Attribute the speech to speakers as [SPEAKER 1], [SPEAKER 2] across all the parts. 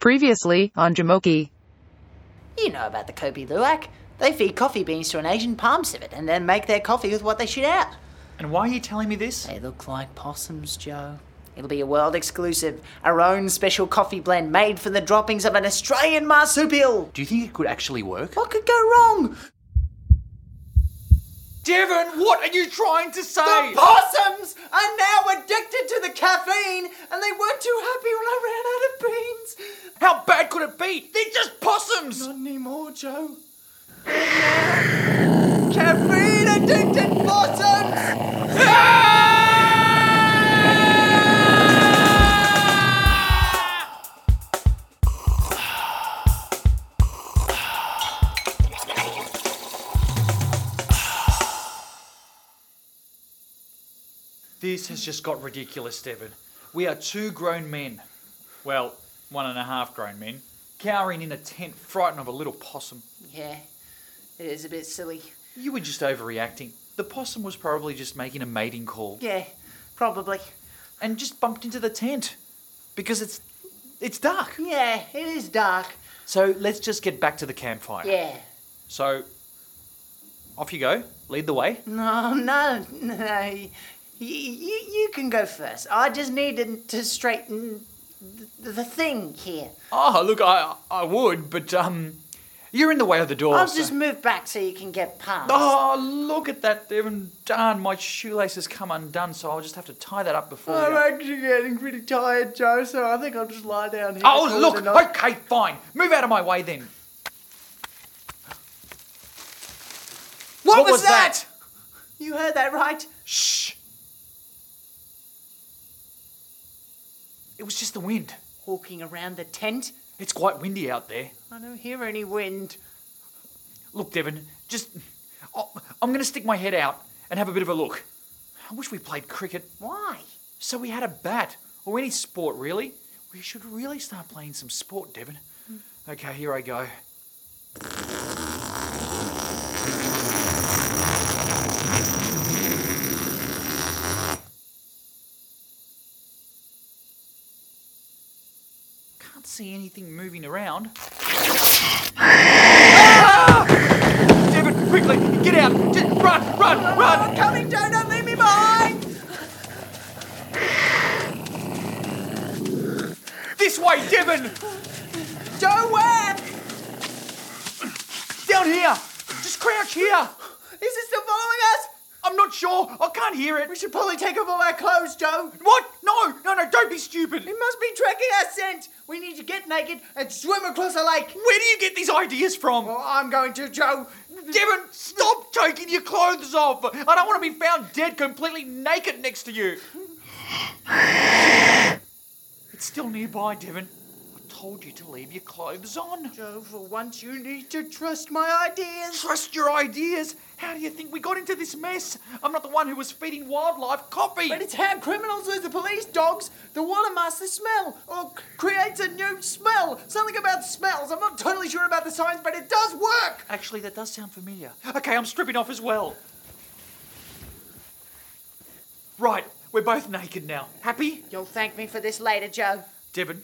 [SPEAKER 1] Previously on Jamoki.
[SPEAKER 2] You know about the Kobe Luwak. They feed coffee beans to an Asian palm civet and then make their coffee with what they shoot out.
[SPEAKER 3] And why are you telling me this?
[SPEAKER 2] They look like possums, Joe. It'll be a world exclusive, our own special coffee blend made from the droppings of an Australian marsupial.
[SPEAKER 3] Do you think it could actually work?
[SPEAKER 2] What could go wrong?
[SPEAKER 3] Devon, what are you trying to say?
[SPEAKER 2] The possums are now addicted to the caffeine and they weren't too happy when I ran out of beans.
[SPEAKER 3] How bad could it be? They're just possums!
[SPEAKER 2] Not anymore, Joe. Caffeine addicted possums!
[SPEAKER 3] This has just got ridiculous, Devon. We are two grown men. Well, one and a half grown men. Cowering in a tent, frightened of a little possum.
[SPEAKER 2] Yeah, it is a bit silly.
[SPEAKER 3] You were just overreacting. The possum was probably just making a mating call
[SPEAKER 2] Yeah, probably.
[SPEAKER 3] and just bumped into the tent because it's it's dark.
[SPEAKER 2] Yeah, it is dark.
[SPEAKER 3] So let's just get back to the campfire.
[SPEAKER 2] Yeah.
[SPEAKER 3] So off you go. Lead the way.
[SPEAKER 2] No, no, no. You, you, you can go first. I just needed to straighten the, the thing here.
[SPEAKER 3] Oh, look, I I would, but um, you're in the way of the door.
[SPEAKER 2] I'll
[SPEAKER 3] so-
[SPEAKER 2] just move back so you can get past.
[SPEAKER 3] Oh, look at that, Devon. Darn, my shoelace has come undone, so I'll just have to tie that up before. you-
[SPEAKER 2] Oh, actually getting pretty tired, Joe, so I think I'll just lie down here.
[SPEAKER 3] Oh, look. Okay, fine. Move out of my way then.
[SPEAKER 2] What,
[SPEAKER 3] What
[SPEAKER 2] was,
[SPEAKER 3] was
[SPEAKER 2] that?
[SPEAKER 3] that?
[SPEAKER 2] You heard that right?
[SPEAKER 3] Shh. It was just the wind.
[SPEAKER 2] Walking around the tent.
[SPEAKER 3] It's quite windy out there.
[SPEAKER 2] I don't hear any wind.
[SPEAKER 3] Look, Devon, just. Oh, I'm going to stick my head out and have a bit of a look. I wish we played cricket
[SPEAKER 2] Why?
[SPEAKER 3] so we had a bat or any sport, really. We should really start playing some sport, Devon. Okay, here I go. Can't see anything moving around. Ah! Devon, quickly, get out! Just run, run, run!
[SPEAKER 2] Oh, I'm coming, Joe, don't leave me behind!
[SPEAKER 3] This way, Devon!
[SPEAKER 2] Joe, where?
[SPEAKER 3] Down here! Just crouch here!
[SPEAKER 2] Is this still following us?
[SPEAKER 3] I'm not sure. I can't hear it.
[SPEAKER 2] We should probably take off all our clothes, Joe.
[SPEAKER 3] What? No, no, no, don't be stupid.
[SPEAKER 2] It must be tracking our scent. We need to get naked and swim across the lake.
[SPEAKER 3] Where do you get these ideas from?
[SPEAKER 2] Well, I'm going to, Joe.
[SPEAKER 3] Devon, stop taking your clothes off. I don't want to be found dead completely naked next to you. It's still nearby, Devon. I told you to leave your clothes on.
[SPEAKER 2] Joe, for once you need to trust my ideas.
[SPEAKER 3] Trust your ideas. How do you think we got into this mess? I'm not the one who was feeding wildlife coffee.
[SPEAKER 2] But it's how criminals lose the police dogs. The water masks the smell, or c- creates a new smell. Something about smells. I'm not totally sure about the science, but it does work.
[SPEAKER 3] Actually, that does sound familiar. Okay, I'm stripping off as well. Right, we're both naked now. Happy?
[SPEAKER 2] You'll thank me for this later, Joe.
[SPEAKER 3] Devon,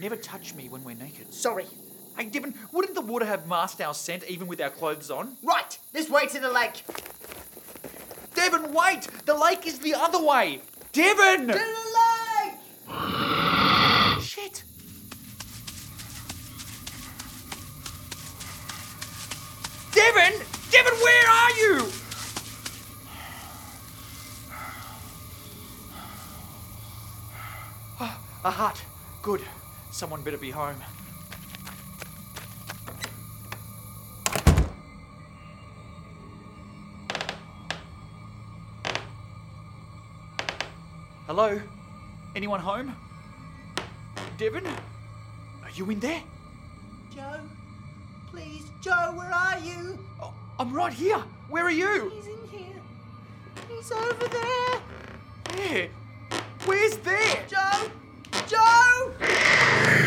[SPEAKER 3] never touch me when we're naked.
[SPEAKER 2] Sorry.
[SPEAKER 3] Hey, Devon, wouldn't the water have masked our scent even with our clothes on?
[SPEAKER 2] Right, this way to the lake.
[SPEAKER 3] Devon, wait! The lake is the other way! Devon!
[SPEAKER 2] To the lake!
[SPEAKER 3] Shit! Devon! Devon, where are you? Ah, A hut. Good. Someone better be home. Hello? Anyone home? Devon? Are you in there?
[SPEAKER 2] Joe, please, Joe, where are you?
[SPEAKER 3] Oh, I'm right here. Where are you?
[SPEAKER 2] He's in here. He's over there.
[SPEAKER 3] There. Where's there?
[SPEAKER 2] Joe! Joe!